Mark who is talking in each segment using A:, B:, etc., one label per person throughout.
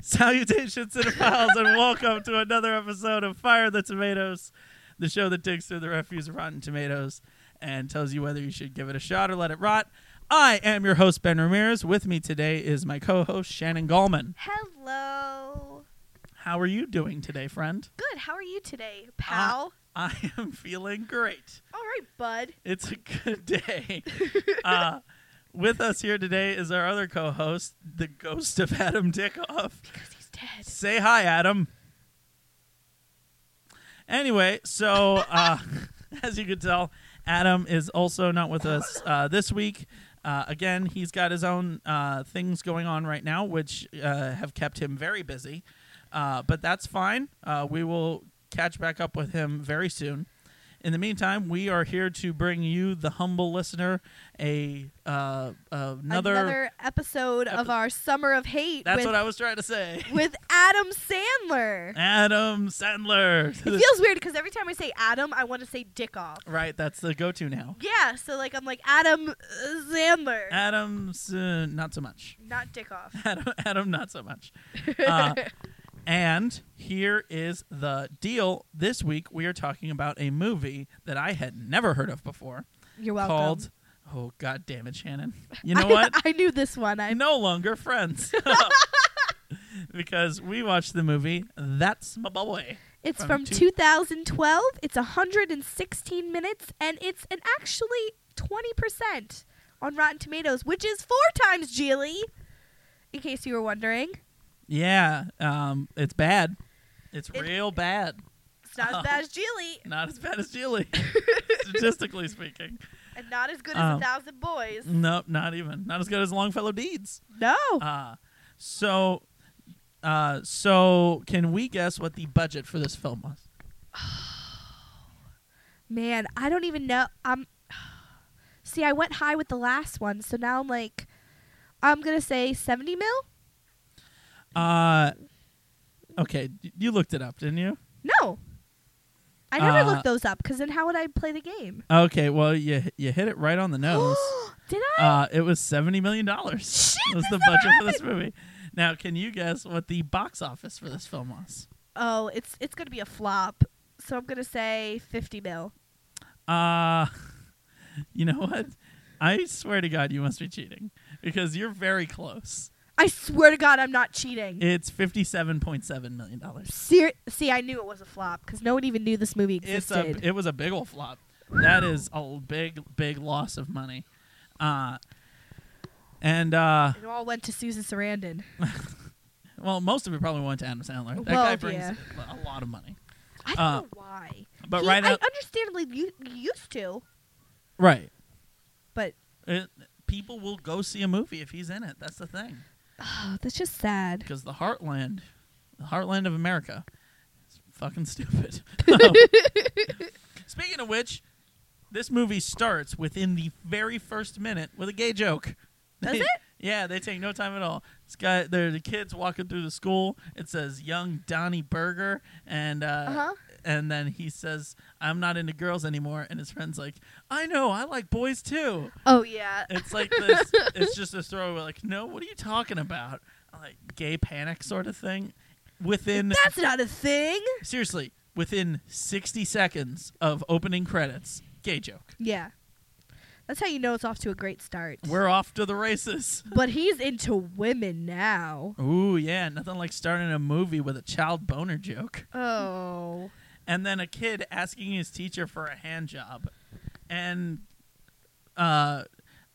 A: Salutations, cinephiles, and welcome to another episode of Fire the Tomatoes, the show that digs through the refuse of rotten tomatoes and tells you whether you should give it a shot or let it rot. I am your host, Ben Ramirez. With me today is my co host, Shannon Gallman.
B: Hello.
A: How are you doing today, friend?
B: Good. How are you today, pal?
A: I am feeling great.
B: All right, bud.
A: It's a good day. uh, with us here today is our other co host, the ghost of Adam Dickoff.
B: Because he's dead.
A: Say hi, Adam. Anyway, so uh, as you can tell, Adam is also not with us uh, this week. Uh, again, he's got his own uh, things going on right now, which uh, have kept him very busy. Uh, but that's fine. Uh, we will catch back up with him very soon. In the meantime, we are here to bring you, the humble listener, a uh, another.
B: episode of
A: epi-
B: our Summer of Hate
A: that's
B: with,
A: what I was trying to say.
B: with Adam Sandler.
A: Adam Sandler.
B: It feels weird because every time I say Adam, I want to say dick off.
A: Right, that's the go-to now.
B: Yeah, so like I'm like Adam uh, Sandler,
A: Adam's uh, not so much.
B: not dick off.
A: Adam, Adam, not so much. Uh, and here is the deal. This week we are talking about a movie that I had never heard of before,
B: You're welcome.
A: called Oh God damn it, Shannon! You know what?
B: I knew this one. I
A: no longer friends because we watched the movie. That's my boy.
B: It's
A: From
B: from,
A: two-
B: 2012. It's 116 minutes, and it's an actually 20% on Rotten Tomatoes, which is four times Geely, in case you were wondering.
A: Yeah, um, it's bad. It's
B: It-
A: real bad.
B: It's not
A: Oh.
B: as bad as E, Geely,
A: Not as bad as Julie, statistically speaking.
B: and not as good as
A: Um.
B: A Thousand Boys.
A: Nope, not even. Not as good as Longfellow Deeds.
B: No.
A: Uh, so, uh, so can we guess what the budget for this film was?
B: Man, I don't even know. Um, see, I went high with the last one, so now I'm like, I'm going to say 70 mil?
A: Uh, okay, y- you looked it up, didn't you?
B: No. I never
A: Uh.
B: looked those up, because then how would I play the game?
A: Okay, well you you hit it right on the nose.
B: Did I?
A: Uh, it was seventy million dollars.
B: Shit,
A: Was the
B: that's what
A: budget for this movie? Now, can you guess what the box office for this film was?
B: oh, it's it's gonna be a flop. So I'm gonna say fifty mil.
A: Uh, you know what? I swear to God, you must be cheating because you're very close.
B: I swear to God, I'm not cheating.
A: It's fifty-seven point seven million dollars.
B: Ser- see, I knew it was a flop because no one even knew this movie
A: it's
B: existed.
A: a it was a big old flop. That is a l- big big loss of money. Uh and uh
B: it all went to Susan Sarandon.
A: well most of it probably went to Adam Sandler. That
B: Well,
A: guy brings
B: yeah.
A: a lot of money.
B: I don't
A: Uh,
B: know why.
A: But
B: He-
A: right
B: I
A: out
B: understandably u- used to,
A: right.
B: but
A: It, people will go see a movie if he's in it. That's the thing.
B: oh, that's just sad.
A: Because the heartland, the heartland of America is fucking stupid. Um, Speaking of which, this movie starts within the very first minute with a gay joke.
B: Does
A: They-
B: it?
A: Yeah, they take no time at all. This guy, there, the kids walking through the school. It says "Young Donnie Berger," and uh,
B: Uh-huh.
A: and then he says, "I'm not into girls anymore." And his friends like, "I know, I like boys too."
B: Oh yeah.
A: It's like this. it's just a throwaway. Like, no, what are you talking about? Like gay panic sort of thing. Within
B: That's not a thing.
A: seriously, within sixty seconds of opening credits, gay joke.
B: Yeah. That's how you know it's off to a great start.
A: We're off to the races.
B: but he's into women now.
A: Ooh, yeah, nothing like starting a movie with a child boner joke.
B: Oh.
A: And then a kid asking his teacher for a hand job. And uh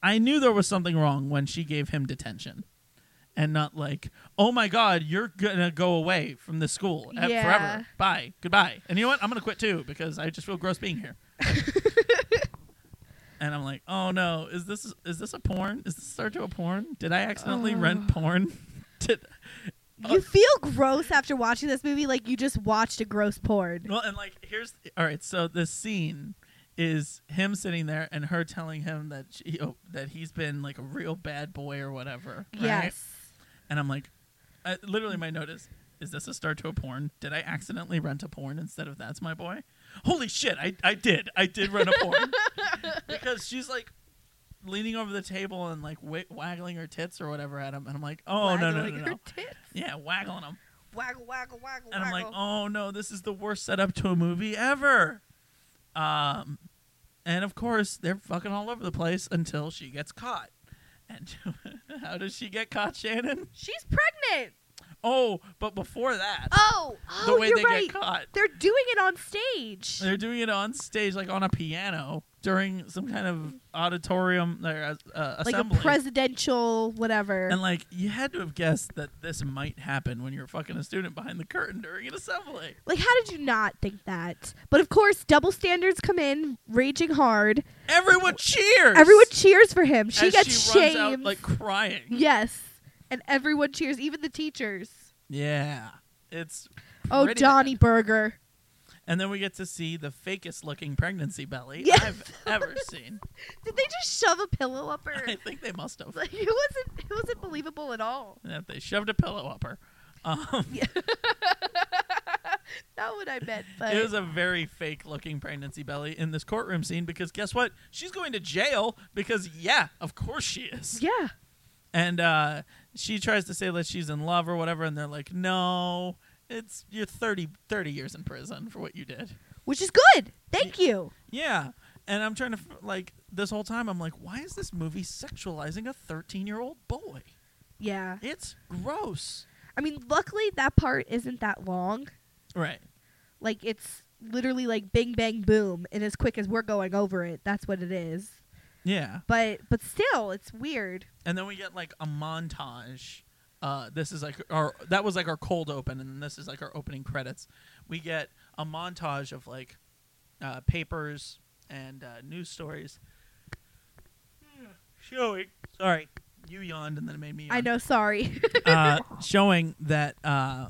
A: I knew there was something wrong when she gave him detention. And not like, oh my God, you're gonna go away from the school e-
B: Yeah.
A: forever. Bye, goodbye. And you know what? I'm gonna quit too because I just feel gross being here. and I'm like, oh no, is this is this a porn? Is this start to a porn? Did I accidentally rent porn? Did
B: You feel gross after watching this movie, like you just watched a gross porn.
A: Well, and like here's all right. So the scene is him sitting there and her telling him that she, oh, that he's been like a real bad boy or whatever. right?
B: Yes.
A: And I'm like, I, literally, my note is, is this a start to a porn? Did I accidentally rent a porn instead of that's my boy? Holy shit! I I did. I did rent a porn because she's like. leaning over the table and like w- waggling her tits or whatever at him, and I'm like, oh no no no
B: Waggling
A: no,
B: her
A: no.
B: tits.
A: yeah, waggling them,
B: Waggle, waggle, waggle,
A: and I'm like,
B: waggle.
A: oh no, this is the worst setup to a movie ever. Um, and of course they're fucking all over the place until she gets caught. And how does she get caught, Shannon?
B: She's pregnant.
A: Oh, but before that,
B: Oh, oh,
A: the way
B: you're
A: they
B: right.
A: get caught.
B: They're doing it on stage.
A: They're doing it on stage, like on a piano, during some kind of auditorium or uh,
B: like a
A: assembly.
B: presidential whatever.
A: and like you had to have guessed that this might happen when you're fucking a student behind the curtain during an assembly.
B: like, how did you not think that? But of course, double standards come in, raging hard.
A: Everyone cheers.
B: Everyone cheers for him. She
A: As
B: gets
A: she
B: shamed.
A: runs out like crying.
B: yes, and everyone cheers, even the teachers.
A: Yeah, it's
B: Oh,
A: pretty
B: Johnny
A: bad.
B: Burger.
A: And then we get to see the fakest looking pregnancy belly
B: Yes.
A: I've ever seen.
B: Did they just shove a pillow up her?
A: I think they must have.
B: like, it wasn't. It wasn't believable at all.
A: That they shoved a pillow up her. Um,
B: Not what I meant, but
A: It was a very fake looking pregnancy belly in this courtroom scene because guess what? She's going to jail because, yeah, of course she is.
B: yeah.
A: And uh, she tries to say that she's in love or whatever, and they're like, no, it's you're 30, 30 years in prison for what you did.
B: which is good. Thank you.
A: Yeah. And I'm trying to, f- like, this whole time, I'm like, why is this movie sexualizing a 13 year old boy?
B: Yeah.
A: It's gross.
B: I mean, luckily that part isn't that long.
A: Right.
B: Like it's literally like bing bang boom and as quick as we're going over it, that's what it is.
A: Yeah.
B: But but still, it's weird.
A: and then we get like a montage. Uh, this is like our that was like our cold open, and then this is like our opening credits. We get a montage of like uh, papers and uh, news stories showing. Sorry, you yawned, and then it made me. Yawn.
B: I know, sorry.
A: uh, showing that uh,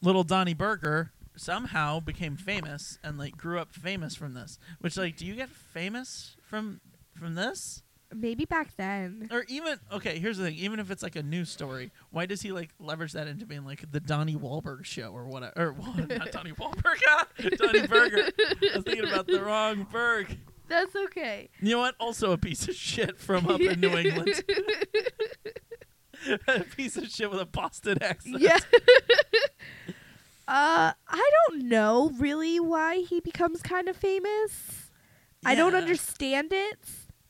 A: little Donnie Burger somehow became famous and like grew up famous from this. Which like, do you get famous from from this?
B: Maybe back then.
A: or even okay. Here's the thing: even if it's like a news story, why does he like leverage that into being like the Donnie Wahlberg show or whatever? Or well, not Donnie Wahlberg, ah, Donnie Burger. I was thinking about the wrong Berg.
B: That's okay.
A: You know what? Also a piece of shit from up in New England. a piece of shit with a Boston accent.
B: yeah. uh, I don't know really why he becomes kind of famous. I don't
A: Yeah.
B: understand it.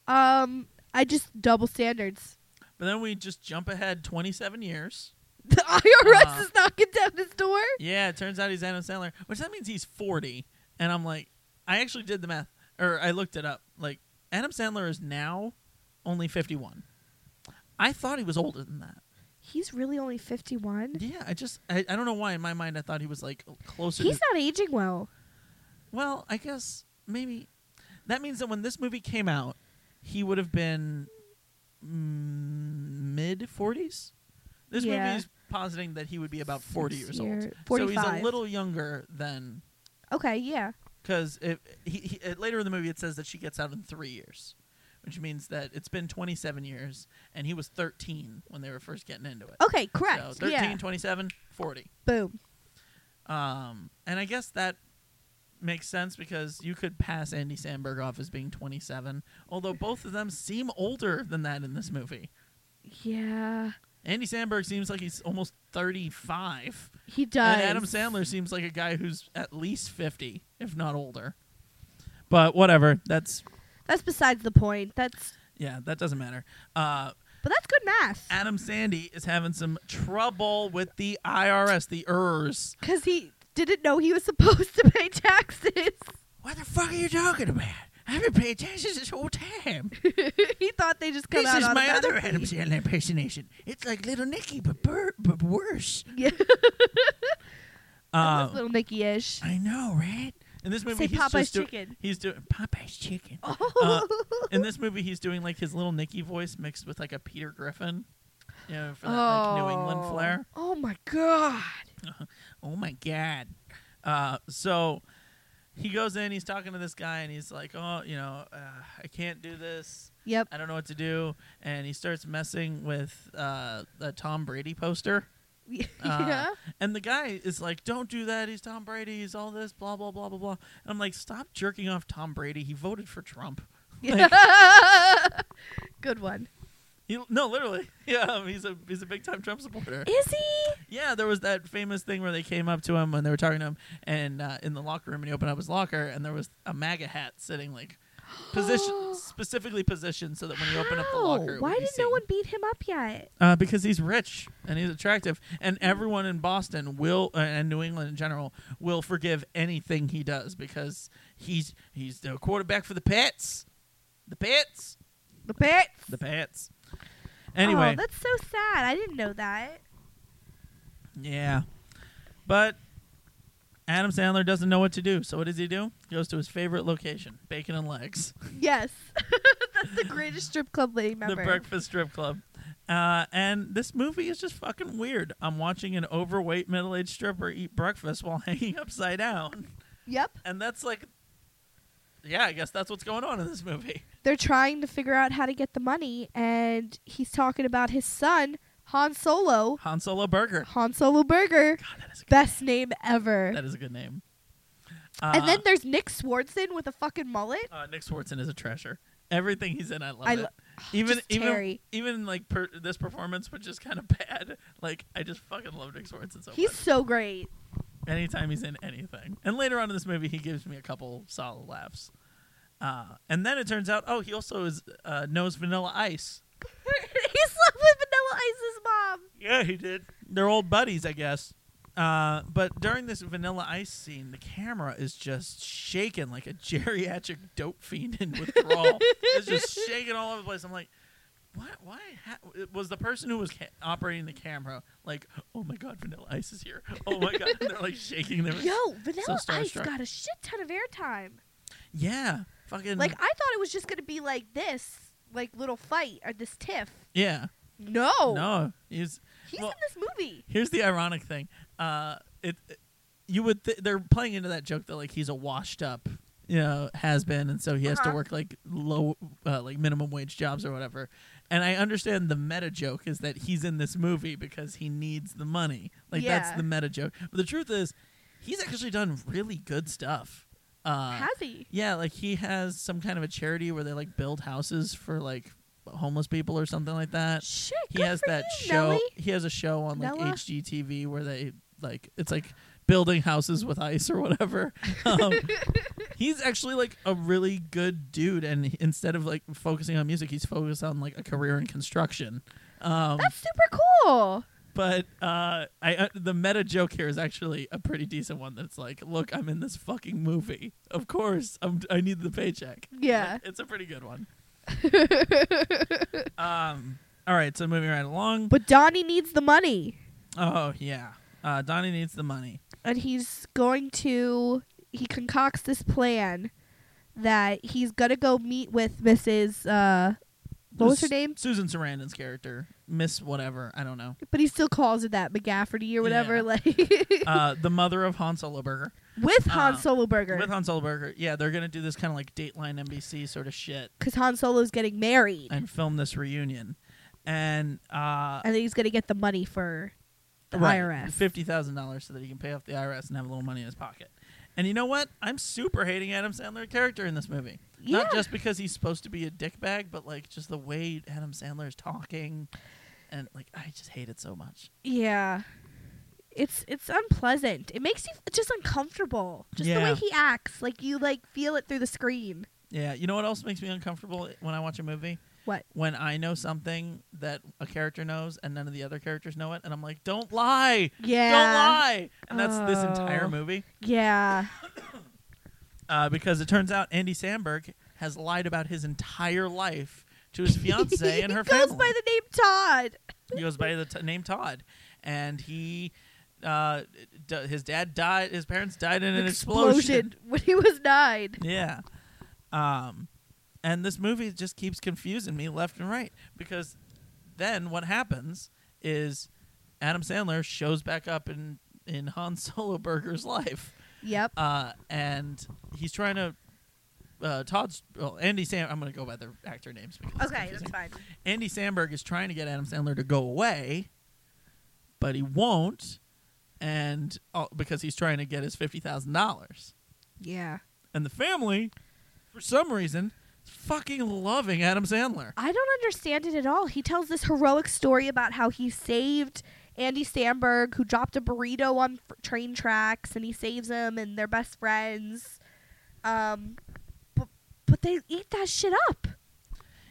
B: Um, I just double standards.
A: But then we just jump ahead 27 years.
B: The IRS
A: Uh,
B: is knocking down his door.
A: Yeah, it turns out he's Adam Sandler, which that means he's 40. And I'm like, I actually did the math, or I looked it up. Like, Adam Sandler is now only 51. I thought he was older than that.
B: He's really only 51.
A: Yeah, I just, I, I don't know why in my mind I thought he was like closer.
B: He's
A: to,
B: not aging well.
A: well, I guess maybe that means that when this movie came out, he would have been mm, mid 40s. This
B: Yeah.
A: movie is positing that he would be about 40 years
B: Year-
A: old. So he's
B: 45.
A: a little younger than
B: Okay, yeah.
A: because he, he, uh, later in the movie it says that she gets out in three years, which means that it's been 27 years, and he was 13 when they were first getting into it.
B: Okay,
A: So
B: Oh, correct.
A: 13,
B: yeah.
A: 27, 40.
B: Boom.
A: Um, and I guess that makes sense because you could pass Andy Sandberg off as being 27, although both of them seem older than that in this movie.
B: Yeah.
A: Andy Sandberg seems like he's almost 35,
B: He does.
A: and Adam Sandler seems like a guy who's at least 50, if not older. But whatever, that's
B: That's besides the point. That's
A: Yeah, that doesn't matter. Uh,
B: But that's good math.
A: Adam Sandy is having some trouble with the IRS, the ERS.
B: Because he didn't know he was supposed to pay taxes.
A: What the fuck are you talking about? I've been paying taxes this whole time.
B: he thought they just cut
A: this
B: out
A: is my other Adam
B: automatically.
A: Sandler impersonation. It's like Little Nicky, but, bur- but worse.
B: Yeah. that was
A: Um,
B: little Nicky-ish.
A: I know, right? In this movie,
B: Say
A: he's
B: Popeye's
A: just do-
B: chicken.
A: He's doing Popeye's chicken.
B: Oh.
A: In this movie, he's doing like his little Nicky voice mixed with like a Peter Griffin, you know, for that like New England
B: Oh.
A: flair.
B: Oh my god.
A: oh my god uh, so he goes in he's talking to this guy and he's like oh you know uh, i can't do this
B: Yep.
A: i don't know what to do and he starts messing with uh, the tom brady poster
B: yeah.
A: and the guy is like don't do that he's tom brady he's all this blah blah blah blah blah and i'm like stop jerking off tom brady he voted for trump
B: Good one.
A: He, no, literally. Yeah, um, he's a he's a big time Trump supporter.
B: Is he?
A: Yeah, there was that famous thing where they came up to him when they were talking to him, and uh, in the locker room, and he opened up his locker, and there was a MAGA hat sitting like position specifically positioned so that when you open up the locker, it
B: Why
A: would be
B: did
A: seen.
B: no one beat him up yet?
A: Uh, because he's rich and he's attractive, and everyone in Boston will uh, and New England in general will forgive anything he does because he's he's the quarterback for the Pats, the Pats,
B: The pit.
A: the Pats. Anyway,
B: oh, that's so sad. I didn't know that.
A: Yeah. But Adam Sandler doesn't know what to do. So what does he do? He goes to his favorite location, Bacon and Legs,
B: Yes, that's the greatest strip club lady
A: the
B: member.
A: breakfast strip club. Uh, and this movie is just fucking weird. I'm watching an overweight middle aged stripper eat breakfast while hanging upside down.
B: Yep,
A: And that's like, yeah, I guess that's what's going on in this movie.
B: they're trying to figure out how to get the money, and he's talking about his son Han Solo.
A: Han Solo Burger.
B: Han Solo Burger,
A: God, Ah, that is a good,
B: best name ever.
A: that is a good name. Uh,
B: and then there's Nick Swartzen with a fucking mullet.
A: uh, Nick Swartzen is a treasure. Everything he's in, I love
B: I
A: it.
B: lo-
A: even
B: Just
A: even
B: Terry.
A: even like per- this performance, which is kind of bad. Like I just fucking love Nick Swartzen so
B: He's
A: much.
B: so great.
A: Anytime he's in anything, and later on in this movie, he gives me a couple solid laughs. Uh, and then it turns out, oh, he also is uh, knows Vanilla Ice.
B: he slept with Vanilla Ice's mom.
A: Yeah, he did. They're old buddies, I guess. Uh, but during this Vanilla Ice scene, the camera is just shaking like a geriatric dope fiend in withdrawal. it's just shaking all over the place. I'm like, what? Why? Ha- was the person who was ca- operating the camera like, oh my god, Vanilla Ice is here? Oh my god, and they're like shaking their.
B: Yo, Vanilla Ice
A: starstruck.
B: got a shit ton of airtime.
A: Yeah, fucking.
B: Like I thought it was just gonna be like this, like little fight or this tiff.
A: yeah,
B: No,
A: no, he's
B: he's
A: well-
B: in this movie.
A: Here's the ironic thing. Uh, it, it- you would th- they're playing into that joke that like he's a washed up, you know, has been, and so he has to
B: Uh-huh.
A: work like low, uh, like minimum wage jobs or whatever. And I understand the meta joke is that he's in this movie because he needs the money. Like that's
B: Yeah.
A: the meta joke. But the truth is, he's actually done really good stuff. Uh,
B: Has he?
A: yeah, like he has some kind of a charity where they like build houses for like homeless people or something like that
B: Shit,
A: uh, he
B: good
A: has
B: for
A: that
B: you,
A: show
B: Nelly.
A: he has a show on like
B: Nella?
A: hgtv where they like it's like building houses with ice or whatever um, he's actually like a really good dude and he- instead of like focusing on music he's focused on like a career in construction um,
B: That's super cool.
A: but uh, I uh, the meta joke here is actually a pretty decent one. That's like, look, I'm in this fucking movie. Of course, I'm, I need the paycheck.
B: Yeah.
A: it's a pretty good one. um, all right, so moving right along.
B: But Donnie needs the money,
A: Oh yeah, uh, Donnie needs the money.
B: and he's going to. He concocts this plan that he's gonna go meet with Mrs. Uh, what was her
A: There's
B: name?
A: Susan Sarandon's character, Miss whatever, I don't know.
B: But he still calls her that McGafferty or whatever,
A: Yeah.
B: like
A: Uh, the mother of Hans Soloberger.
B: with Han
A: uh,
B: Solo Burger,
A: With Hans Soloberger, yeah, they're gonna do this kind of like Dateline NBC sort of shit
B: because Han Solo's getting married,
A: and film this reunion, and uh,
B: and then he's gonna get the money for the IRS.
A: fifty thousand dollars so that he can pay off the IRS and have a little money in his pocket. And you know what? I'm super hating Adam Sandler's character in this movie. Not
B: Yeah.
A: just because he's supposed to be a dickbag, but like just the way Adam Sandler is talking, and like I just hate it so much.
B: Yeah. It's it's unpleasant. It makes you f- just uncomfortable. Just the
A: Yeah.
B: way he acts. Like you like feel it through the screen.
A: Yeah, you know what else makes me uncomfortable when I watch a movie?
B: What?
A: When I know something that a character knows and none of the other characters know it, and I'm like, "Don't lie,
B: Yeah.
A: don't lie," and that's this
B: Oh.
A: entire movie.
B: Yeah.
A: uh, because it turns out Andy Samberg has lied about his entire life to his fiance and her
B: he goes
A: family.
B: by the name Todd.
A: he goes by the t- name Todd, and he, uh, d- his dad died. His parents died in an explosion.
B: when he was nine.
A: Yeah, um, and this movie just keeps confusing me left and right because then what happens is Adam Sandler shows back up in in Han Solo Burger's life
B: Yep.
A: uh, and he's trying to. Uh, Todd's well, Andy Sam. I'm going to go by their actor names. Because it's
B: okay, that's
A: confusing.
B: fine.
A: Andy Samberg is trying to get Adam Sandler to go away, but he won't, and uh, because he's trying to get his fifty thousand dollars,
B: Yeah.
A: and the family, for some reason, fucking loving Adam Sandler.
B: I don't understand it at all. He tells this heroic story about how he saved Andy Samberg, who dropped a burrito on f- train tracks, and he saves him, and they're best friends. Um, but, but they eat that shit up.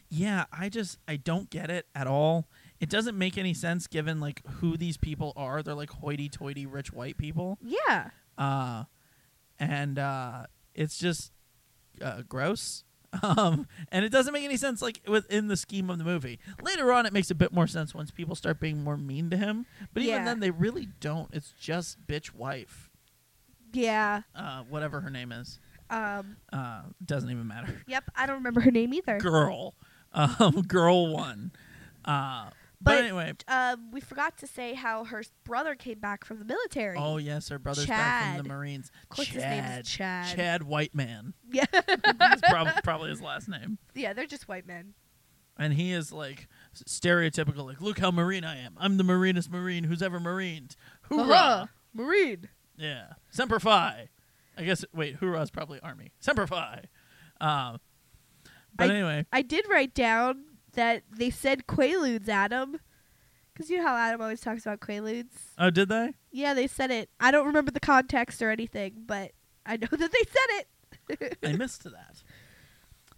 A: Yeah, I just I don't get it at all. It doesn't make any sense given like who these people are. They're like hoity-toity rich white people.
B: Yeah.
A: uh, and uh, it's just uh, gross. Um, and it doesn't make any sense, like within the scheme of the movie. Later on, it makes a bit more sense once people start being more mean to him. But even
B: Yeah.
A: then, they really don't. It's just bitch wife,
B: Yeah.
A: uh, whatever her name is.
B: Um,
A: Uh, doesn't even matter.
B: yep. I don't remember her name either.
A: Girl, um, girl one. Uh, but,
B: But-
A: anyway,
B: Uh, we forgot to say how her s- brother came back from the military.
A: oh yes, her brother's back from
B: Chad.
A: the Marines.
B: of course, his name is Chad.
A: Chad Whiteman.
B: Yeah.
A: That's prob- probably his last name.
B: yeah, they're just white men.
A: and he is like s- stereotypical like look how marine i am i'm the marinest marine who's ever marined hoorah
B: Hurrah! Marine.
A: yeah semper fi i guess wait hoorah's probably army semper fi um, but
B: I-
A: anyway
B: I did write down that they said Quaaludes, Adam. Because you know how Adam always talks about Quaaludes?
A: oh did they
B: Yeah, they said it. I don't remember the context or anything, but I know that they said it.
A: i missed that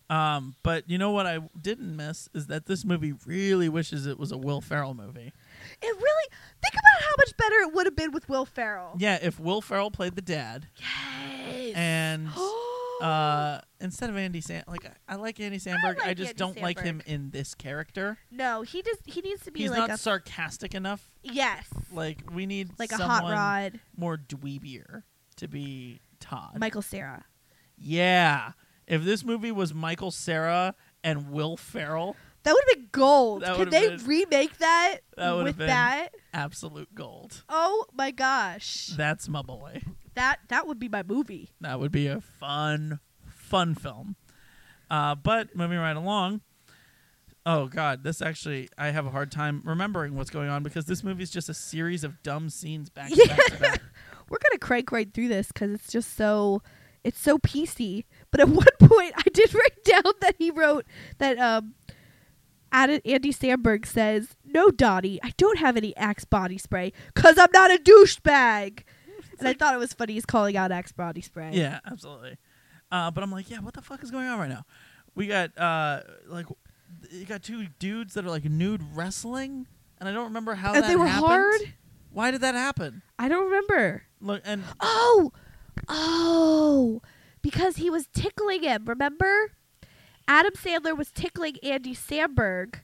A: um, but you know what i didn't miss is that this movie really wishes it was a will ferrell movie
B: It really. Think about how much better it would have been with Will Ferrell.
A: yeah if will ferrell played the dad
B: Yes.
A: and
B: uh,
A: uh, instead of andy Sam, like I, I like andy samberg i,
B: like
A: just
B: Andy
A: don't like him
B: Samberg.
A: in this character
B: no, he just he needs to be
A: he's
B: like
A: not
B: a
A: sarcastic enough.
B: yes,
A: Like we need
B: like a
A: someone
B: hot rod,
A: more dweebier to be Todd.
B: Michael Sarah.
A: yeah. If this movie was Michael Sarah and Will Ferrell,
B: That would have been gold.
A: That
B: Can
A: would've
B: they
A: been-
B: remake that,
A: That would've
B: with
A: been-
B: that?
A: absolute gold.
B: Oh my gosh,
A: That's my boy.
B: that that would be my movie.
A: That would be a fun, fun film. Uh, but moving right along. Oh God, this actually I have a hard time remembering what's going on because this movie is just a series of dumb scenes back to back to back.
B: we're gonna crank right through this because it's just so it's so PC. But at one point, I did write down that he wrote that um, added Andy Samberg says, "No, Dottie, I don't have any Axe body spray because I'm not a douchebag." And I thought it was funny he's calling out Axe body spray.
A: Yeah, absolutely. Uh, but I'm like, yeah, what the fuck is going on right now? We got uh, like, you got two dudes that are like nude wrestling, and I don't remember how
B: and
A: that
B: they were
A: happened.
B: hard.
A: Why did that happen?
B: I don't remember.
A: Look, and
B: Oh, oh, because he was tickling him. Remember, Adam Sandler was tickling Andy Samberg,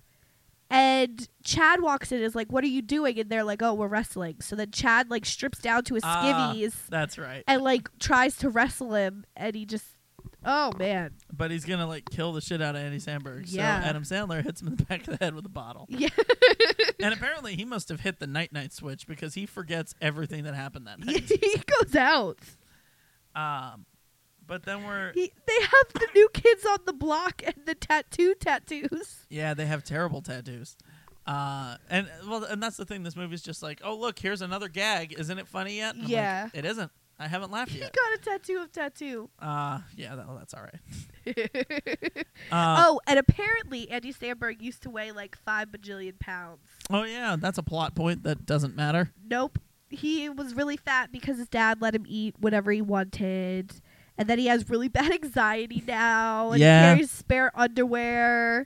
B: and Chad walks in and is like, "What are you doing?" And they're like, "Oh, we're wrestling." So then Chad like strips down to his
A: Ah.
B: skivvies
A: that's right.
B: and like tries to wrestle him, and he just, oh man,
A: But he's gonna like kill the shit out of Andy Samberg.
B: Yeah.
A: So Adam Sandler hits him in the back of the head with a bottle.
B: yeah,
A: and apparently he must have hit the night night switch because he forgets everything that happened that night.
B: he goes out.
A: um, but then we're
B: He, they have the new kids on the block and the tattoo tattoos.
A: Yeah, they have terrible tattoos. Uh, and well, and that's the thing. This movie's just like, oh look, here's another gag. Isn't it funny yet? And I'm like,
B: Yeah.
A: it isn't. I haven't laughed
B: He
A: yet.
B: got a tattoo of tattoo.
A: Uh, yeah, that, well, that's all right. Uh,
B: oh, and apparently Andy Sandberg used to weigh like five bajillion pounds.
A: oh. yeah, that's a plot point that doesn't matter.
B: Nope. He was really fat because his dad let him eat whatever he wanted. And then he has really bad anxiety now. And
A: Yeah.
B: carries spare underwear.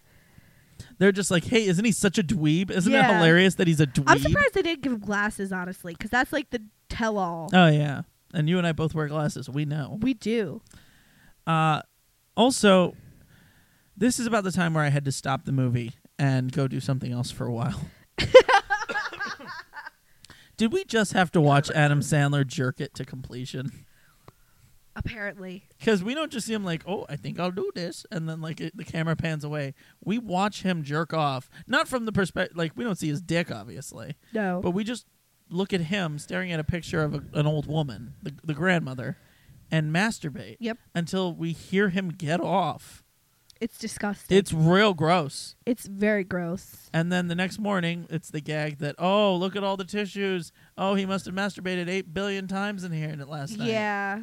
A: They're just like, hey, isn't he such a dweeb? Isn't it
B: Yeah.
A: hilarious that he's a dweeb?
B: I'm surprised they didn't give him glasses, honestly, because that's like the tell all.
A: Oh yeah, and you and I both wear glasses. We know.
B: we do.
A: Uh, also, this is about the time where I had to stop the movie and go do something else for a while. Did we just have to watch Adam Sandler jerk it to completion?
B: Apparently.
A: Because we don't just see him like, oh, I think I'll do this, and then like it, the camera pans away. We watch him jerk off, not from the perspective like we don't see his dick, obviously,
B: No.
A: but we just look at him staring at a picture of a, an old woman, the, the grandmother, and masturbate
B: yep.
A: until we hear him get off.
B: It's disgusting.
A: It's real gross.
B: it's very gross.
A: And then the next morning, it's the gag that, oh, look at all the tissues. Oh, he must have masturbated 8 billion times in here in it last night.
B: Yeah.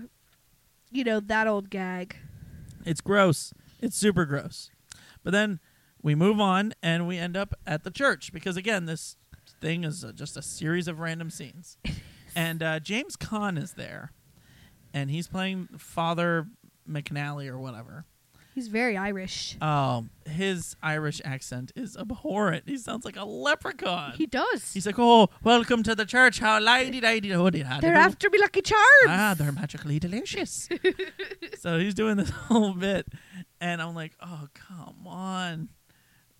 B: You know, that old gag.
A: It's gross. It's super gross. But then we move on and we end up at the church because again, this thing is uh, just a series of random scenes. and uh, James Caan is there, and he's playing Father McNally or whatever.
B: He's very Irish.
A: Um, his Irish accent is abhorrent. He sounds like a leprechaun.
B: he does.
A: Uh, He's like, oh, welcome to the church. How lady, lady, hoodie,
B: They're after me, Lucky Charms.
A: Uh, Ah, they're magically delicious. so he's doing this whole bit, and I'm like, oh, come on.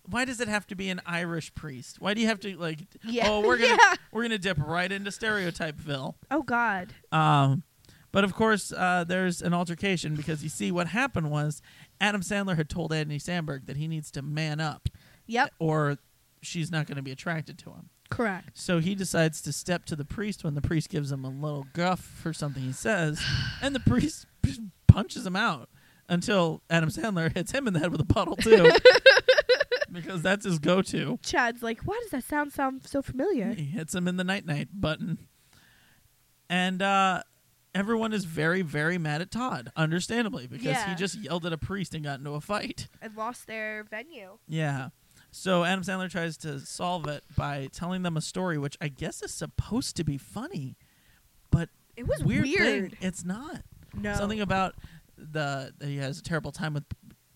A: Why does it have to be an Irish priest? Why do you have to like?
B: Yeah.
A: Oh, we're gonna
B: Yeah.
A: we're gonna dip right into stereotypeville.
B: oh God.
A: Um, but of course, uh, there's an altercation because you see what happened was Adam Sandler had told Andy Sandberg that he needs to man up,
B: Yep.
A: or she's not going to be attracted to him.
B: Correct.
A: So he decides to step to the priest when the priest gives him a little guff for something he says, and the priest p- punches him out until Adam Sandler hits him in the head with a bottle too, because that's his go-to.
B: Chad's like, why does that sound sound so familiar?
A: He hits him in the night night button, and uh, everyone is very very mad at Todd, understandably, because he
B: Yeah.
A: just yelled at a priest and got into a fight.
B: I lost their venue.
A: Yeah. So Adam Sandler tries to solve it by telling them a story, which I guess is supposed to be funny, but
B: It was
A: weird,
B: weird.
A: thing, it's not
B: No.
A: something about the that he has a terrible time with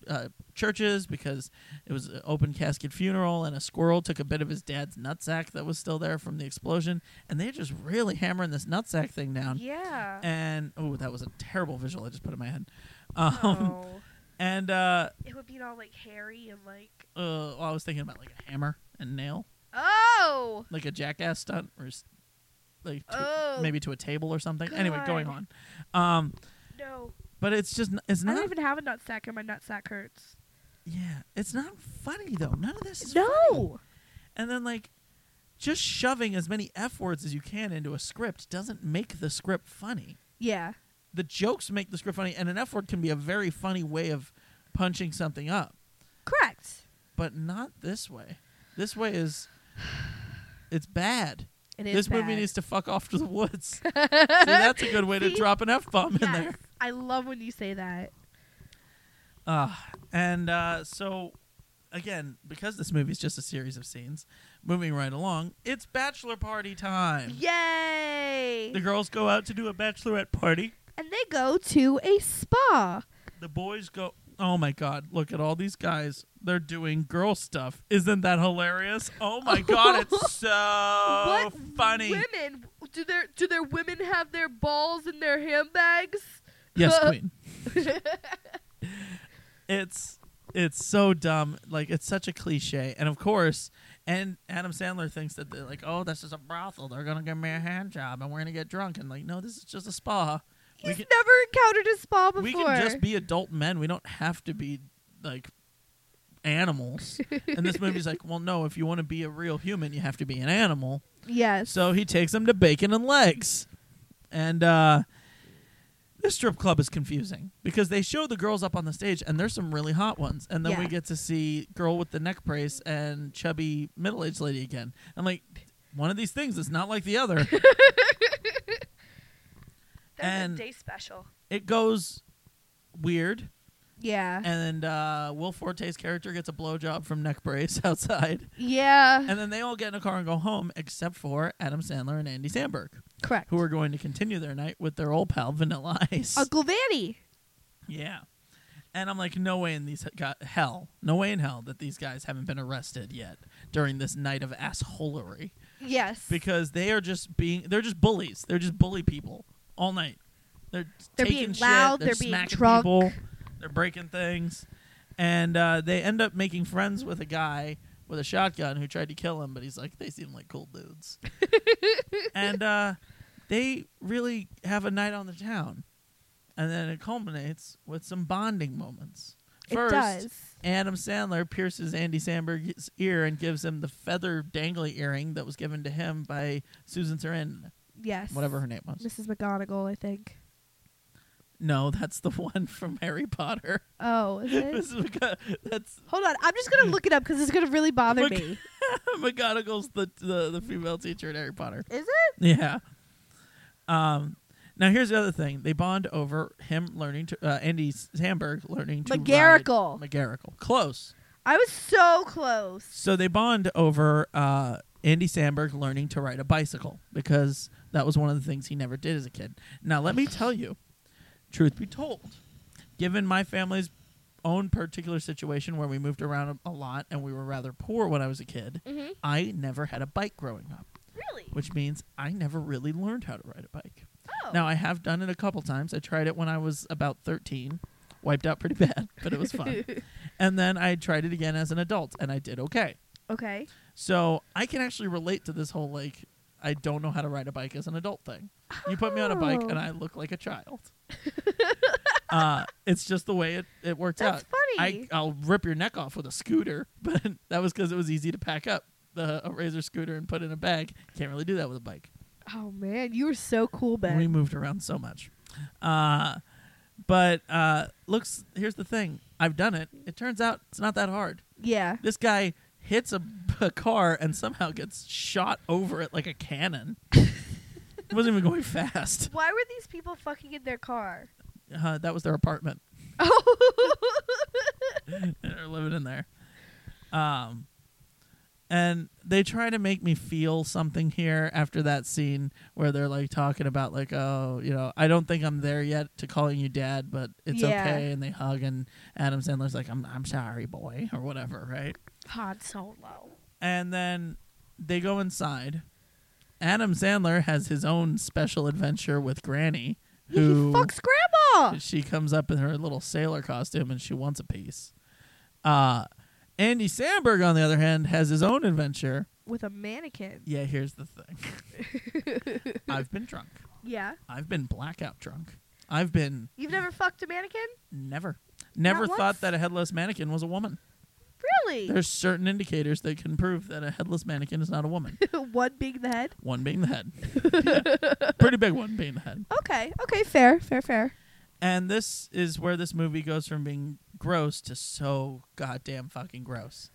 A: uh, churches because it was an open casket funeral and a squirrel took a bit of his dad's nutsack that was still there from the explosion, and they're just really hammering this nutsack thing down.
B: yeah.
A: And oh, that was a terrible visual I just put in my head. Um,
B: Oh.
A: And uh,
B: It would be all like hairy and like.
A: uh, well, I was thinking about like a hammer and nail.
B: Oh.
A: like a jackass stunt or s- like to,
B: Oh.
A: maybe to a table or something. Anyway, going on.
B: God.
A: Um,
B: No.
A: but it's just n- it's
B: I
A: not
B: don't even have a nut sack, and my nut sack hurts.
A: yeah, it's not funny though. None of this is funny.
B: No.
A: And then like just shoving as many F words as you can into a script doesn't make the script funny.
B: Yeah.
A: The jokes make the script funny and an F word can be a very funny way of punching something up,
B: Correct.
A: but not this way. This way is it's bad.
B: It is
A: this movie
B: bad.
A: needs to fuck off to the woods. See, that's a good way to
B: See?
A: drop an F bomb in
B: Yes.
A: there.
B: I love when you say that.
A: Uh, and uh, so, again, because this movie is just a series of scenes, moving right along, it's bachelor party time.
B: Yay!
A: The girls go out to do a bachelorette party.
B: and they go to a spa.
A: The boys go. Oh my God! Look at all these guys. They're doing girl stuff. Isn't that hilarious? Oh my God! It's so
B: what
A: Oh, funny.
B: Women do their do their women have their balls in their handbags?
A: Yes, queen. it's it's so dumb. Like it's such a cliche, and of course, and Adam Sandler thinks that they're like, oh, this is a brothel. They're gonna give me a hand job, and we're gonna get drunk. And like, no, this is just a spa.
B: He's
A: we can
B: never encountered a spa before.
A: we can just be adult men. We don't have to be like animals. and this movie's like, well, no. If you want to be a real human, you have to be an animal.
B: yes.
A: So he takes them to bacon and legs. And uh, this strip club is confusing because they show the girls up on the stage and there's some really hot ones. And then we
B: Yeah.
A: get to see girl with the neck brace and chubby middle aged lady again. I'm like, one of these things is not like the other. There's a and- day
B: special.
A: it goes weird.
B: Yeah.
A: And uh, Will Forte's character gets a blowjob from neck brace outside.
B: yeah.
A: And then they all get in a car and go home except for Adam Sandler and Andy Samberg.
B: Correct.
A: who are going to continue their night with their old pal Vanilla Ice.
B: Uncle Vanny.
A: yeah. And I'm like, no way in these got hell, no way in hell that these guys haven't been arrested yet during this night of assholery
B: Yes.
A: because they are just being, they're just bullies. They're just bully people all night. They're
B: They're
A: taking
B: being
A: shit,
B: loud,
A: They're,
B: they're being
A: smacking
B: drunk.
A: People, they're breaking things, and uh, they end up making friends with a guy with a shotgun who tried to kill him, but he's like, they seem like cool dudes, and uh, they really have a night on the town, and then it culminates with some bonding moments.
B: it
A: First,
B: does.
A: Adam Sandler pierces Andy Samberg's ear and gives him the feather dangly earring that was given to him by Susan Sarandon,
B: Yes.
A: whatever her name was.
B: Mrs. McGonagall, I think.
A: No, that's the one from Harry Potter.
B: Oh, is it?
A: Mrs. McGo- that's
B: Hold on, I'm just gonna look it up because it's gonna really bother
A: Look-
B: me.
A: McGonagall's the, the the female teacher in Harry Potter.
B: Is it?
A: Yeah. Um. Now here's the other thing: they bond over him learning to uh, Andy Samberg learning to
B: McGarrigle.
A: Ride. McGarrigle, close.
B: I was so close.
A: So they bond over uh, Andy Samberg learning to ride a bicycle because that was one of the things he never did as a kid. Now let me tell you, truth be told, given my family's own particular situation where we moved around a, a lot and we were rather poor when I was a kid,
B: Mhm.
A: I never had a bike growing up,
B: Really?
A: which means I never really learned how to ride a bike.
B: Oh.
A: Now I have done it a couple times. I tried it when I was about 13, wiped out pretty bad, but it was fun. and then I tried it again as an adult and I did okay.
B: okay.
A: So I can actually relate to this whole like I don't know how to ride a bike as an adult thing. You put me on a bike
B: Oh.
A: and I look like a child. uh, it's just the way it, it worked
B: That's
A: out. I,
B: funny.
A: I'll rip your neck off with a scooter, but that was because it was easy to pack up the a razor scooter and put in a bag. Can't really do that with a bike.
B: oh man, you were so cool, Ben.
A: We moved around so much. Uh, but uh, looks here's the thing. I've done it. It turns out it's not that hard.
B: yeah.
A: This guy hits a, a car and somehow gets shot over it like a cannon. it wasn't even going fast.
B: Why were these people fucking in their car?
A: Uh, that was their apartment.
B: Oh.
A: They're living in there. Um, and they try to make me feel something here after that scene where they're like talking about like, oh, you know, I don't think I'm there yet to calling you dad, but it's
B: Yeah.
A: okay. And they hug, and Adam Sandler's like, I'm I'm sorry, boy, or whatever, right?
B: Han Solo.
A: and then they go inside. Adam Sandler has his own special adventure with Granny,
B: He
A: who
B: fucks grandma.
A: she comes up in her little sailor costume and she wants a piece. Uh, Andy Sandberg, on the other hand, has his own adventure.
B: With a mannequin.
A: Yeah, here's the thing I've been drunk,
B: Yeah.
A: I've been blackout drunk, I've been
B: You've never fucked a mannequin?
A: never. Never
B: once?
A: thought that a headless mannequin was a woman.
B: Really?
A: There's certain indicators that can prove that a headless mannequin is not a woman.
B: one being the head.
A: One being the head. Yeah. Pretty big one being the head.
B: Okay. Okay. Fair. Fair. Fair.
A: And this is where this movie goes from being gross to so goddamn fucking gross.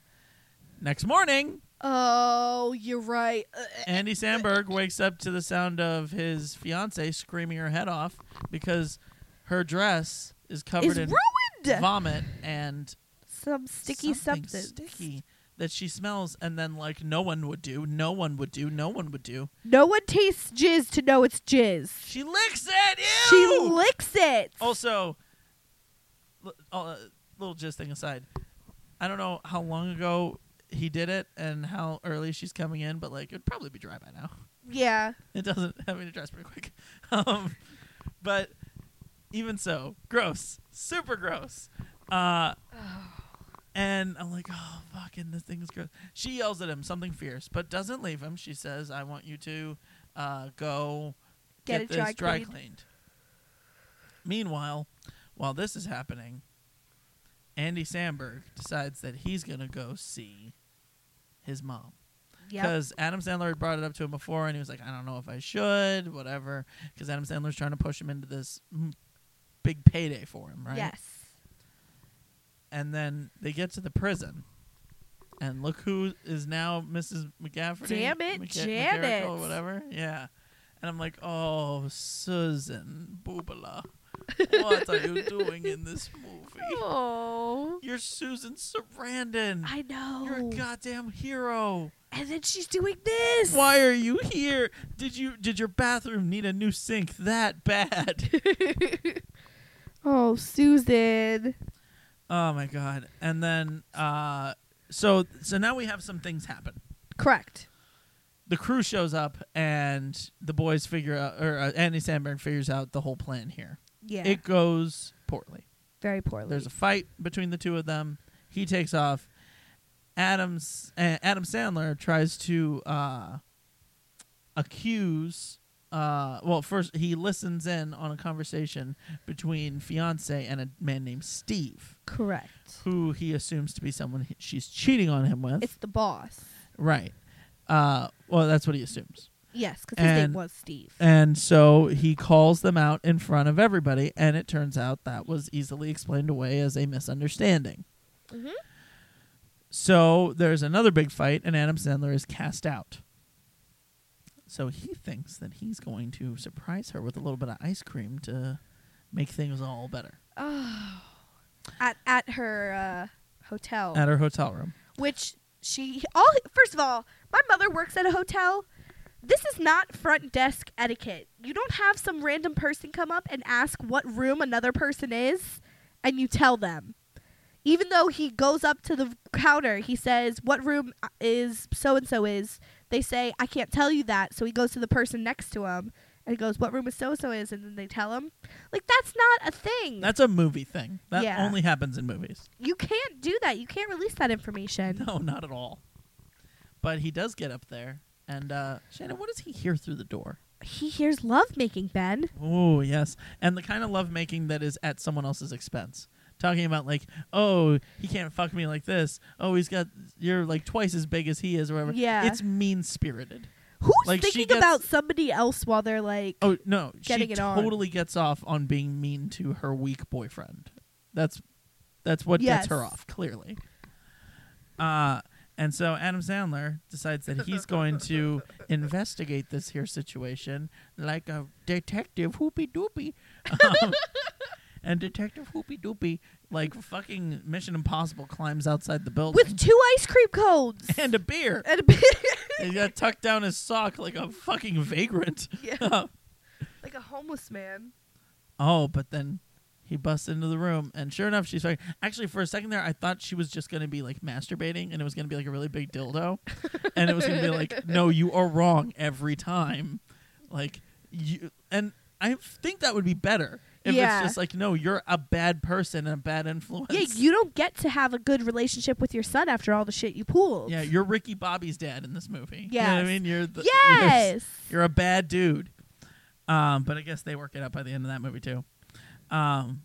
A: Next morning,
B: Oh, you're right. Uh,
A: Andy Samberg wakes up to the sound of his fiance screaming her head off because her dress is covered
B: It's
A: in
B: ruined.
A: vomit and
B: uh, Some sticky
A: something
B: substance.
A: Sticky that she smells and then like no one would do, no one would do, no one would do.
B: No one tastes jizz to know it's jizz.
A: She licks it.
B: She
A: ew! Oh.
B: licks it.
A: Also, l- uh, little just thing aside, I don't know how long ago he did it and how early she's coming in, but like it'd probably be dry by now.
B: Yeah.
A: It doesn't. I mean, it dries pretty quick. Um, but even so, gross, super gross. Uh, and I'm like, oh fucking, this thing's gross. She yells at him something fierce, but doesn't leave him. She says, "I want you to uh, go
B: Get it
A: this
B: dry cleaned."
A: Meanwhile, while this is happening, Andy Samberg decides that he's gonna go see his mom
B: Yeah.
A: because Adam Sandler had brought it up to him before, and he was like, "I don't know if I should, whatever." Because Adam Sandler's trying to push him into this mm, big payday for him, right?
B: Yes.
A: And then they get to the prison, and look who is now Mrs. McGafferty.
B: Damn it,
A: McGa-
B: Janet.
A: McGarrigle, whatever. Yeah. And I'm like, "Oh, Susan Boobala, what are you doing in this movie?
B: Oh.
A: You're Susan Sarandon.
B: I know.
A: You're a goddamn hero."
B: and then she's doing this.
A: Why are you here? Did you did your bathroom need a new sink that bad?
B: oh, Susan.
A: oh my god. And then uh so so now we have some things happen.
B: Correct.
A: The crew shows up and the boys figure out or uh, Andy Sandberg figures out the whole plan here.
B: Yeah.
A: It goes poorly.
B: Very poorly.
A: There's a fight between the two of them. He takes off. Adams uh, Adam Sandler tries to uh, accuse. Uh, well, first he listens in on a conversation between fiance and a man named Steve,
B: Correct.
A: who he assumes to be someone he, she's cheating on him with.
B: It's the boss.
A: right. Uh, well, that's what he assumes.
B: Yes, because his name
A: And-
B: was Steve.
A: And so he calls them out in front of everybody, and it turns out that was easily explained away as a misunderstanding.
B: Mhm.
A: So there's another big fight, and Adam Sandler is cast out. So he thinks that he's going to surprise her with a little bit of ice cream to make things all better
B: Oh. At at her uh, hotel,
A: at her hotel room.
B: which she all first of all, my mother works at a hotel. This is not front desk etiquette. You don't have some random person come up and ask what room another person is, and you tell them. Even though he goes up to the counter, he says, "What room uh, is so and so is?" They say, "I can't tell you that." So he goes to the person next to him and goes, "What room is so and so is?" And then they tell him. Like that's not a thing.
A: That's a movie thing. That
B: Yeah.
A: only happens in movies.
B: You can't do that. You can't release that information.
A: No, not at all. But he does get up there, and uh, Shannon, what does he hear through the door?
B: He hears love making Ben.
A: Oh yes, and the kind of lovemaking that is at someone else's expense. Talking about like, oh, he can't fuck me like this. Oh, he's got you're like twice as big as he is, or whatever.
B: Yeah.
A: it's mean spirited.
B: Who's
A: Like, she
B: thinking
A: gets-
B: about somebody else while they're like,
A: Oh no,
B: Getting
A: she
B: it on.
A: totally gets off on being mean to her weak boyfriend. That's that's what gets her
B: Yes.
A: off clearly. Uh and so Adam Sandler decides that he's going to investigate this here situation like a detective hoopy doopy. Um, and Detective Hoopy Doopy, like fucking Mission Impossible, climbs outside the building
B: with two ice cream cones
A: and a beer.
B: and a bit
A: he got tucked down his sock like a fucking vagrant. Um,
B: yeah, like a homeless man.
A: Oh, but then he busts into the room, and sure enough, she's like. Actually, for a second there, I thought she was just gonna be like masturbating, and it was gonna be like a really big dildo, and it was gonna be like, no, you are wrong every time, like you. And I think that would be better if
B: Yeah.
A: it's just like, no, you're a bad person and a bad influence.
B: Yeah, you don't get to have a good relationship with your son after all the shit you pulled.
A: Yeah, you're Ricky Bobby's dad in this movie. You know what I
B: Yes.
A: mean, you're the you're-
B: yes.
A: You're a bad dude. Um, but I guess they work it out by the end of that movie too. Um,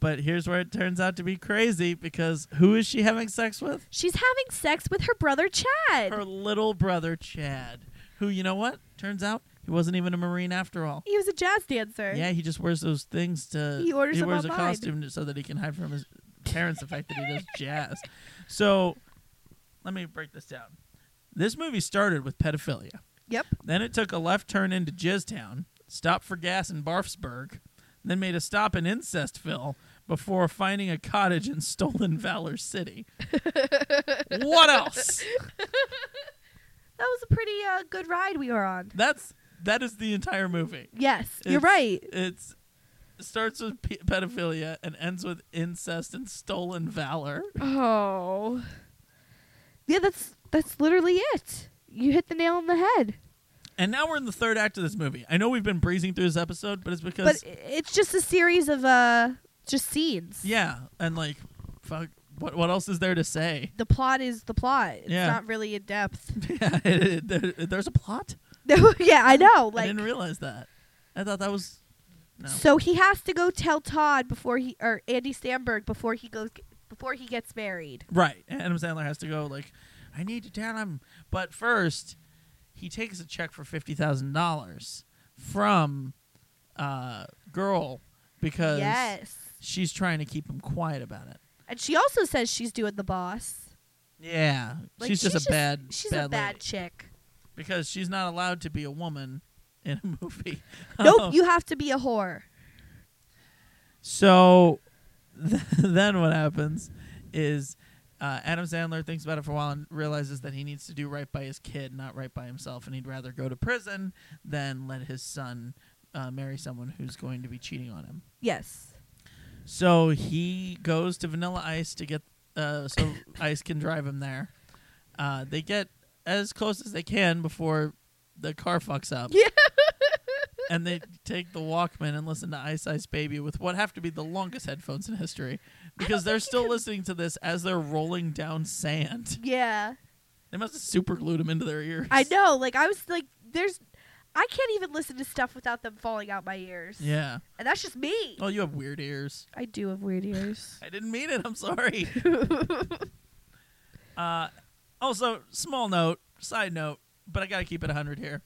A: but here's where it turns out to be crazy because who is she having sex with?
B: She's having sex with her brother Chad.
A: Her little brother Chad, who you know what? Turns out he wasn't even a marine after all.
B: he was a jazz dancer.
A: Yeah, he just wears those things to.
B: He orders them
A: wears a
B: online.
A: costume to- so that he can hide from his parents the fact that he does jazz. So, let me break this down. This movie started with pedophilia.
B: Yep.
A: Then it took a left turn into Jizztown, stopped for gas in Barfsburg, then made a stop in Incestville before finding a cottage in Stolen Valor City. what else?
B: That was a pretty uh, good ride we were on.
A: That's that is the entire movie.
B: Yes, you're
A: It's-
B: right.
A: It's it starts with pe- pedophilia and ends with incest and stolen valor.
B: Oh. Yeah, that's that's literally it. You hit the nail on the head.
A: And now we're in the third act of this movie. I know we've been breezing through this episode, but it's because
B: But i- it's just a series of uh just scenes.
A: yeah, and like fuck what what else is there to say?
B: The plot is the plot. It's
A: Yeah.
B: not really in depth.
A: yeah, it, it- there- there's a plot.
B: No, yeah, I know.
A: I
B: Like
A: didn't realize that. I thought that was no.
B: so he has to go tell Todd before he or Andy Samberg before he goes before he gets married.
A: right. Adam Sandler has to go like, I need to tell him, but first, he takes a check for fifty thousand dollars from uh, girl because
B: Yes.
A: she's trying to keep him quiet about it.
B: And she also says she's doing the boss.
A: Yeah,
B: Like,
A: she's, just a bad,
B: She's
A: bad
B: a bad
A: lady.
B: chick.
A: because she's not allowed to be a woman in a movie. Um,
B: Nope, you have to be a whore.
A: So th- then what happens is uh, Adam Sandler thinks about it for a while and realizes that he needs to do right by his kid, not right by himself, and he'd rather go to prison than let his son uh, marry someone who's going to be cheating on him.
B: Yes.
A: So he goes to Vanilla Ice to get uh, so Ice can drive him there. Uh, they get as close as they can before the car fucks up.
B: Yeah.
A: and they take the Walkman and listen to Ice Ice Baby with what have to be the longest headphones in history because they're still listening to this as they're rolling down sand.
B: Yeah.
A: They must have super glued them into their ears.
B: I know. Like I was like, there's, I can't even listen to stuff without them falling out my ears.
A: Yeah.
B: and that's just me.
A: Oh, you have weird ears.
B: I do have weird ears.
A: I didn't mean it. I'm sorry. Uh, also, small note, side note, but I gotta keep it 100 here.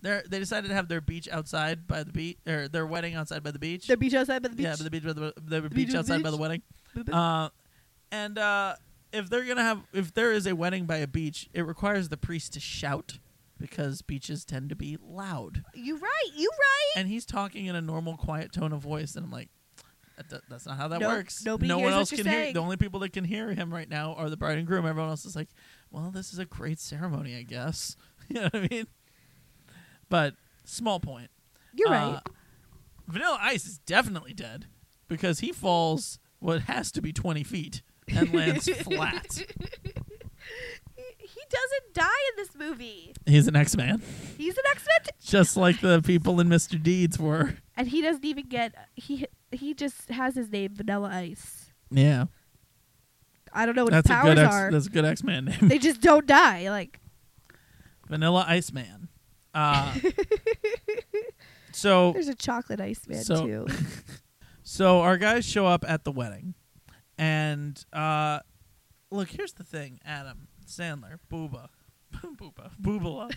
A: They're, they decided to have their beach outside by the beach, or their wedding outside by the beach.
B: the beach outside by the beach.
A: Yeah, by the beach, by the, the
B: beach
A: beach
B: by the
A: outside by
B: beach.
A: the wedding.
B: Boop, boop.
A: Uh, and uh, if they're gonna have, if there is a wedding by a beach, it requires the priest to shout because beaches tend to be loud.
B: You right. You right.
A: And he's talking in a normal, quiet tone of voice, and I'm like, that, do- that's not how that
B: No-
A: works.
B: nobody
A: no
B: hears
A: one
B: what
A: else
B: you're
A: can hear.
B: saying.
A: The only people that can hear him right now are the bride and groom. Everyone else is like, well, this is a great ceremony, I guess. you know what I mean? But small point.
B: You're
A: Uh,
B: right.
A: Vanilla Ice is definitely dead because he falls what has to be 20 feet and lands flat.
B: He- He doesn't die in this movie.
A: He's an X Man,
B: He's an X Men,
A: just like the people in Mr. Deeds were.
B: and he doesn't even get he he just has his name Vanilla Ice.
A: Yeah,
B: I don't know what
A: that's
B: his
A: a
B: Oh, powers
A: good X.
B: are.
A: That's a good X Man name.
B: They just don't die. Like
A: Vanilla Iceman. Uh, so
B: there's a chocolate ice man
A: Oh. So-
B: too.
A: so our guys show up at the wedding, and uh, look, here's the thing: Adam Sandler, Booba, Booba, Boobala.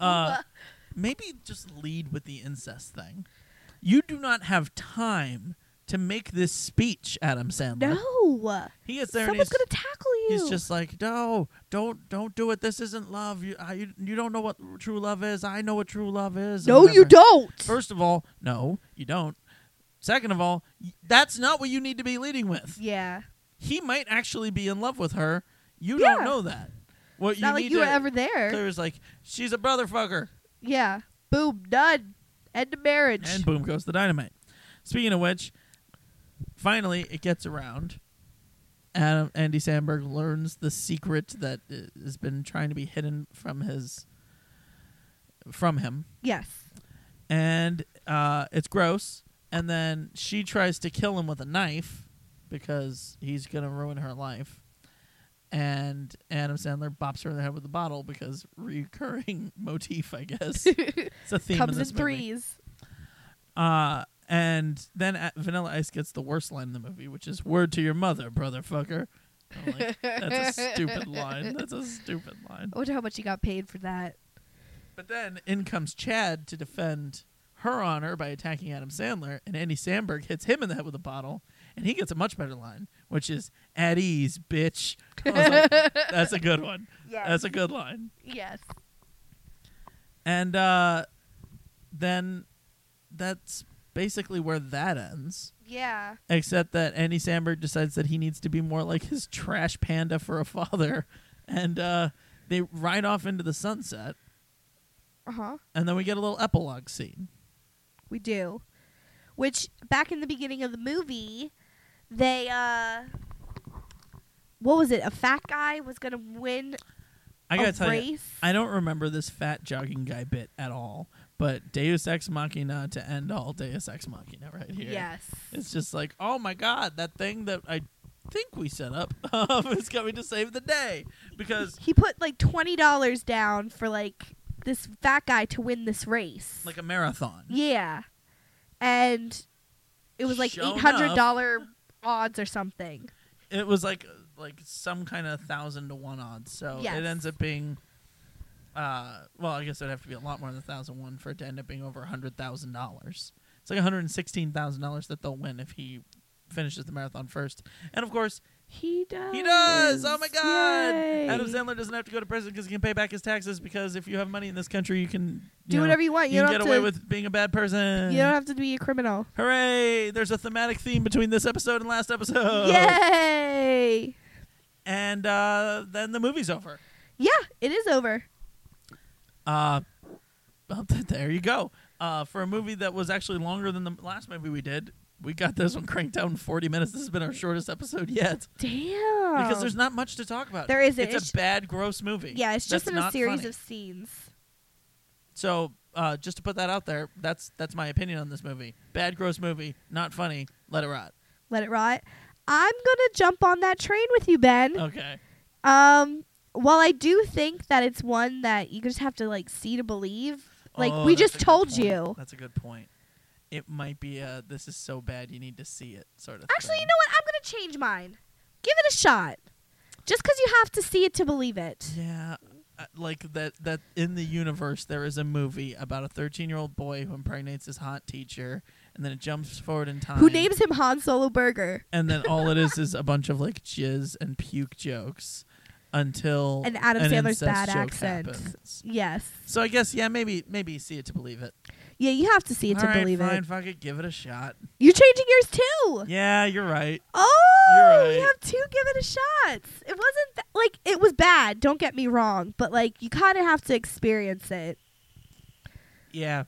A: uh, maybe just lead with the incest thing. You do not have time to make this speech, Adam Sandler.
B: no,
A: He gets there and
B: someone's
A: he's,
B: gonna tackle you.
A: he's just like, no, don't, don't do it. This isn't love. You, I, you, you don't know what true love is. I know what true love is. or
B: no, you
A: whatever.
B: don't.
A: First of all, no, you don't. Second of all, y- that's not what you need to be leading with.
B: yeah,
A: He might actually be in love with her. You
B: Yeah.
A: don't know that. What
B: it's
A: you need
B: not like you
A: to
B: were ever there.
A: clear is like she's a brother fucker,
B: Yeah, boom, done. End of marriage.
A: and boom goes the dynamite. Speaking of which, finally it gets around. Adam, Andy Sandberg learns the secret that i- has been trying to be hidden from his from him.
B: yes,
A: and uh, it's gross. And then she tries to kill him with a knife because he's gonna ruin her life. And Adam Sandler bops her in the head with a bottle because recurring motif, I guess. it's a theme
B: comes
A: in
B: in
A: this movie.
B: threes.
A: Uh, and then uh, Vanilla Ice gets the worst line in the movie, which is "Word to your mother, brother fucker." I'm like, That's a stupid line. That's a stupid line.
B: I wonder Oh, how much he got paid for that.
A: But then in comes Chad to defend her honor by attacking Adam Sandler, and Andy Sandberg hits him in the head with a bottle, and he gets a much better line, which is "At ease, bitch." I was like, That's a good one.
B: Yes.
A: That's a good line.
B: Yes.
A: And uh, then that's basically where that ends.
B: Yeah.
A: Except that Andy Sandberg decides that he needs to be more like his trash panda for a father, and uh, they ride off into the sunset,
B: Uh huh.
A: and then we get a little epilogue scene.
B: We do. Which back in the beginning of the movie, they uh what was it? A fat guy was gonna win
A: I
B: a
A: gotta tell you,
B: race.
A: I don't remember this fat jogging guy bit at all, but Deus Ex Machina to end all Deus Ex Machina right here.
B: yes.
A: It's just like, oh my god, that thing that I think we set up um, is coming to save the day. Because,
B: He put like twenty dollars down for like this fat guy to win this race.
A: like a marathon.
B: yeah. And it was like
A: Shown
B: eight hundred dollar odds or something.
A: It was like like some kind of thousand to one odds. So
B: Yes.
A: it ends up being. Uh, well, I guess it would have to be a lot more than thousand one for it to end up being over a hundred thousand dollars. It's like one hundred sixteen thousand dollars that they'll win if he finishes the marathon first. And of course,
B: He does.
A: He does. Oh my God!
B: Yay.
A: Adam Sandler doesn't have to go to prison because he can pay back his taxes. Because if you have money in this country, you can you
B: Do
A: know,
B: whatever you want.
A: You,
B: You,
A: can
B: don't
A: get
B: have
A: away
B: to,
A: with being a bad person.
B: You don't have to be a criminal.
A: Hooray! There's a thematic theme between this episode and last episode.
B: Yay!
A: And uh, then the movie's over.
B: Yeah, it is over.
A: Uh, well, there you go. Uh, for a movie that was actually longer than the last movie we did, we got this one cranked down in 40 minutes. This has been our shortest episode yet
B: Damn.
A: because there's not much to talk about.
B: Oh. There isn't.
A: It's,
B: It's-
A: a bad, gross movie.
B: yeah, it's just
A: That's
B: in a
A: not
B: series
A: funny.
B: of scenes.
A: So, uh, just to put that out there, that's that's my opinion on this movie. Bad, gross movie, not funny. Let it rot.
B: Let it rot. I'm gonna jump on that train with you, Ben.
A: Okay.
B: Um, while I do think that it's one that you just have to like see to believe. Like
A: Oh,
B: we
A: that's
B: just
A: a good
B: told
A: point.
B: you.
A: That's a good point. It might be a this is so bad you need to see it sort of.
B: Actually,
A: thing.
B: you know what? I'm gonna change mine. Give it a shot. Just because you have to see it to believe it.
A: Yeah, uh, like that that in the universe there is a movie about a 13-year-old boy who impregnates his hot teacher and then it jumps forward in time.
B: Who names him Han Solo Burger?
A: and then all it is is a bunch of like jizz and puke jokes. until
B: And Adam
A: an
B: Sandler's
A: incest
B: bad
A: joke
B: accent.
A: happens.
B: Yes.
A: So I guess yeah, maybe maybe see it to believe it.
B: Yeah, you have to see it
A: All
B: to
A: right,
B: believe
A: fine,
B: it.
A: fuck it, give it a shot.
B: You're changing yours too.
A: Yeah, you're right.
B: Oh,
A: You're
B: we
A: right.
B: have two give it a shots. It wasn't th- like it was bad. Don't get me wrong, but like you kind of have to experience it.
A: Yeah,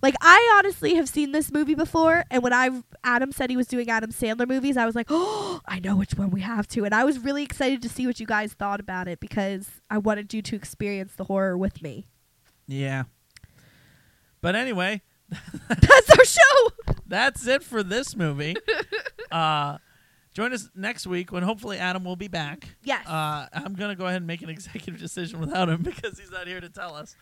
B: Like I honestly have seen this movie before, and when I Adam said he was doing Adam Sandler movies, I was like, oh, I know which one we have to, and I was really excited to see what you guys thought about it because I wanted you to experience the horror with me.
A: yeah. But anyway,
B: That's our show.
A: that's it for this movie. uh, join us next week when hopefully Adam will be back.
B: Yes.
A: Uh, I'm going to go ahead and make an executive decision without him because he's not here to tell us.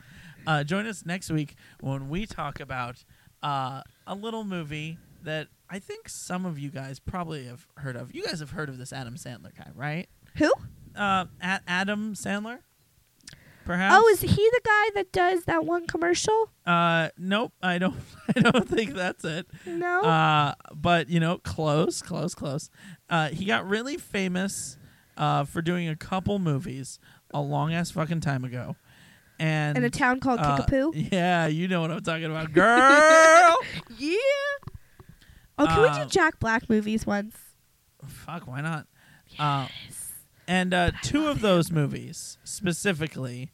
A: Uh, join us next week when we talk about uh, a little movie that I think some of you guys probably have heard of. You guys have heard of this Adam Sandler guy, right?
B: Who?
A: Uh, A- Adam Sandler, perhaps.
B: Oh, is he the guy that does that one commercial?
A: uh, nope. I don't. I don't think that's it.
B: No.
A: Uh, but you know, close, close, close. Uh, he got really famous uh, for doing a couple movies a long ass fucking time ago, and
B: In a town called
A: uh,
B: Kickapoo.
A: Yeah, you know what I'm talking about, girl.
B: Yeah. Oh, can we
A: Uh,
B: do Jack Black movies once?
A: Fuck, why not? Uh, and uh, two of those movies specifically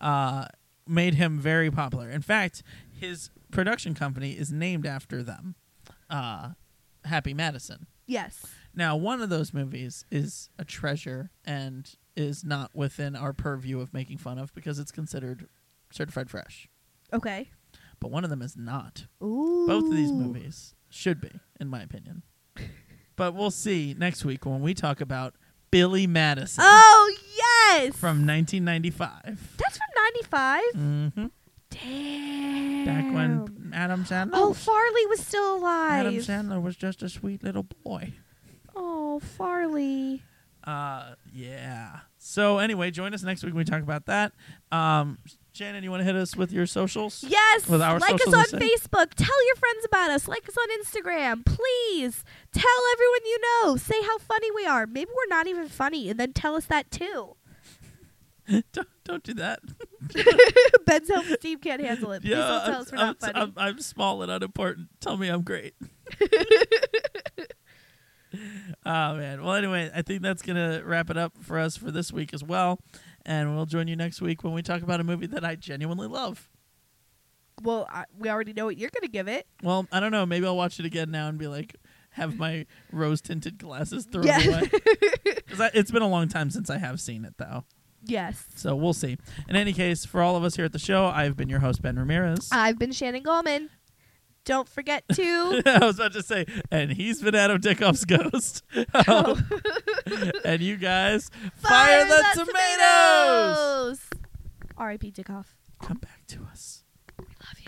A: uh, made him very popular. In fact, his production company is named after them, uh, Happy Madison.
B: Yes.
A: Now, one of those movies is a treasure and is not within our purview of making fun of because it's considered certified fresh.
B: Okay.
A: But one of them is not.
B: Ooh.
A: Both of these movies should be, in my opinion. but we'll see next week when we talk about Billy Madison
B: Oh yes.
A: from 1995.
B: that's from '95.
A: Mm-hmm.
B: Damn.
A: Back when Adam Sandler,
B: Oh,
A: was-
B: Farley was still alive.
A: Adam Sandler was just a sweet little boy.
B: Oh, Farley.
A: Uh, yeah. So anyway, join us next week when we talk about that. Um, Shannon, you want to hit us with your socials?
B: Yes.
A: With our
B: like us
A: socials,
B: on
A: I say.
B: Facebook. Tell your friends about us. Like us on Instagram. Please tell everyone you know. Say how funny we are. Maybe we're not even funny, and then tell us that too.
A: don't, don't do that.
B: Ben's self-esteem can't handle it. Please don't tell us we're
A: I'm,
B: not funny.
A: I'm, I'm small and unimportant. Tell me I'm great. oh man. Well, anyway, I think that's gonna wrap it up for us for this week as well. And we'll join you next week when we talk about a movie that I genuinely love.
B: well, I, we already know what you're going to give it.
A: Well, I don't know. Maybe I'll watch it again now and be like, have my rose tinted glasses thrown
B: Yeah.
A: away. Because it's been a long time since I have seen it, though.
B: Yes.
A: So we'll see. In any case, for all of us here at the show, I've been your host, Ben Ramirez.
B: I've been Shannon Goldman. Don't forget to.
A: I was about to say, and he's been Adam Dickoff's ghost. Um,
B: Oh.
A: and you guys,
B: Fire
A: fire, the, tomatoes!
B: tomatoes! R.I.P. Dickoff.
A: Come back to us.
B: We love you.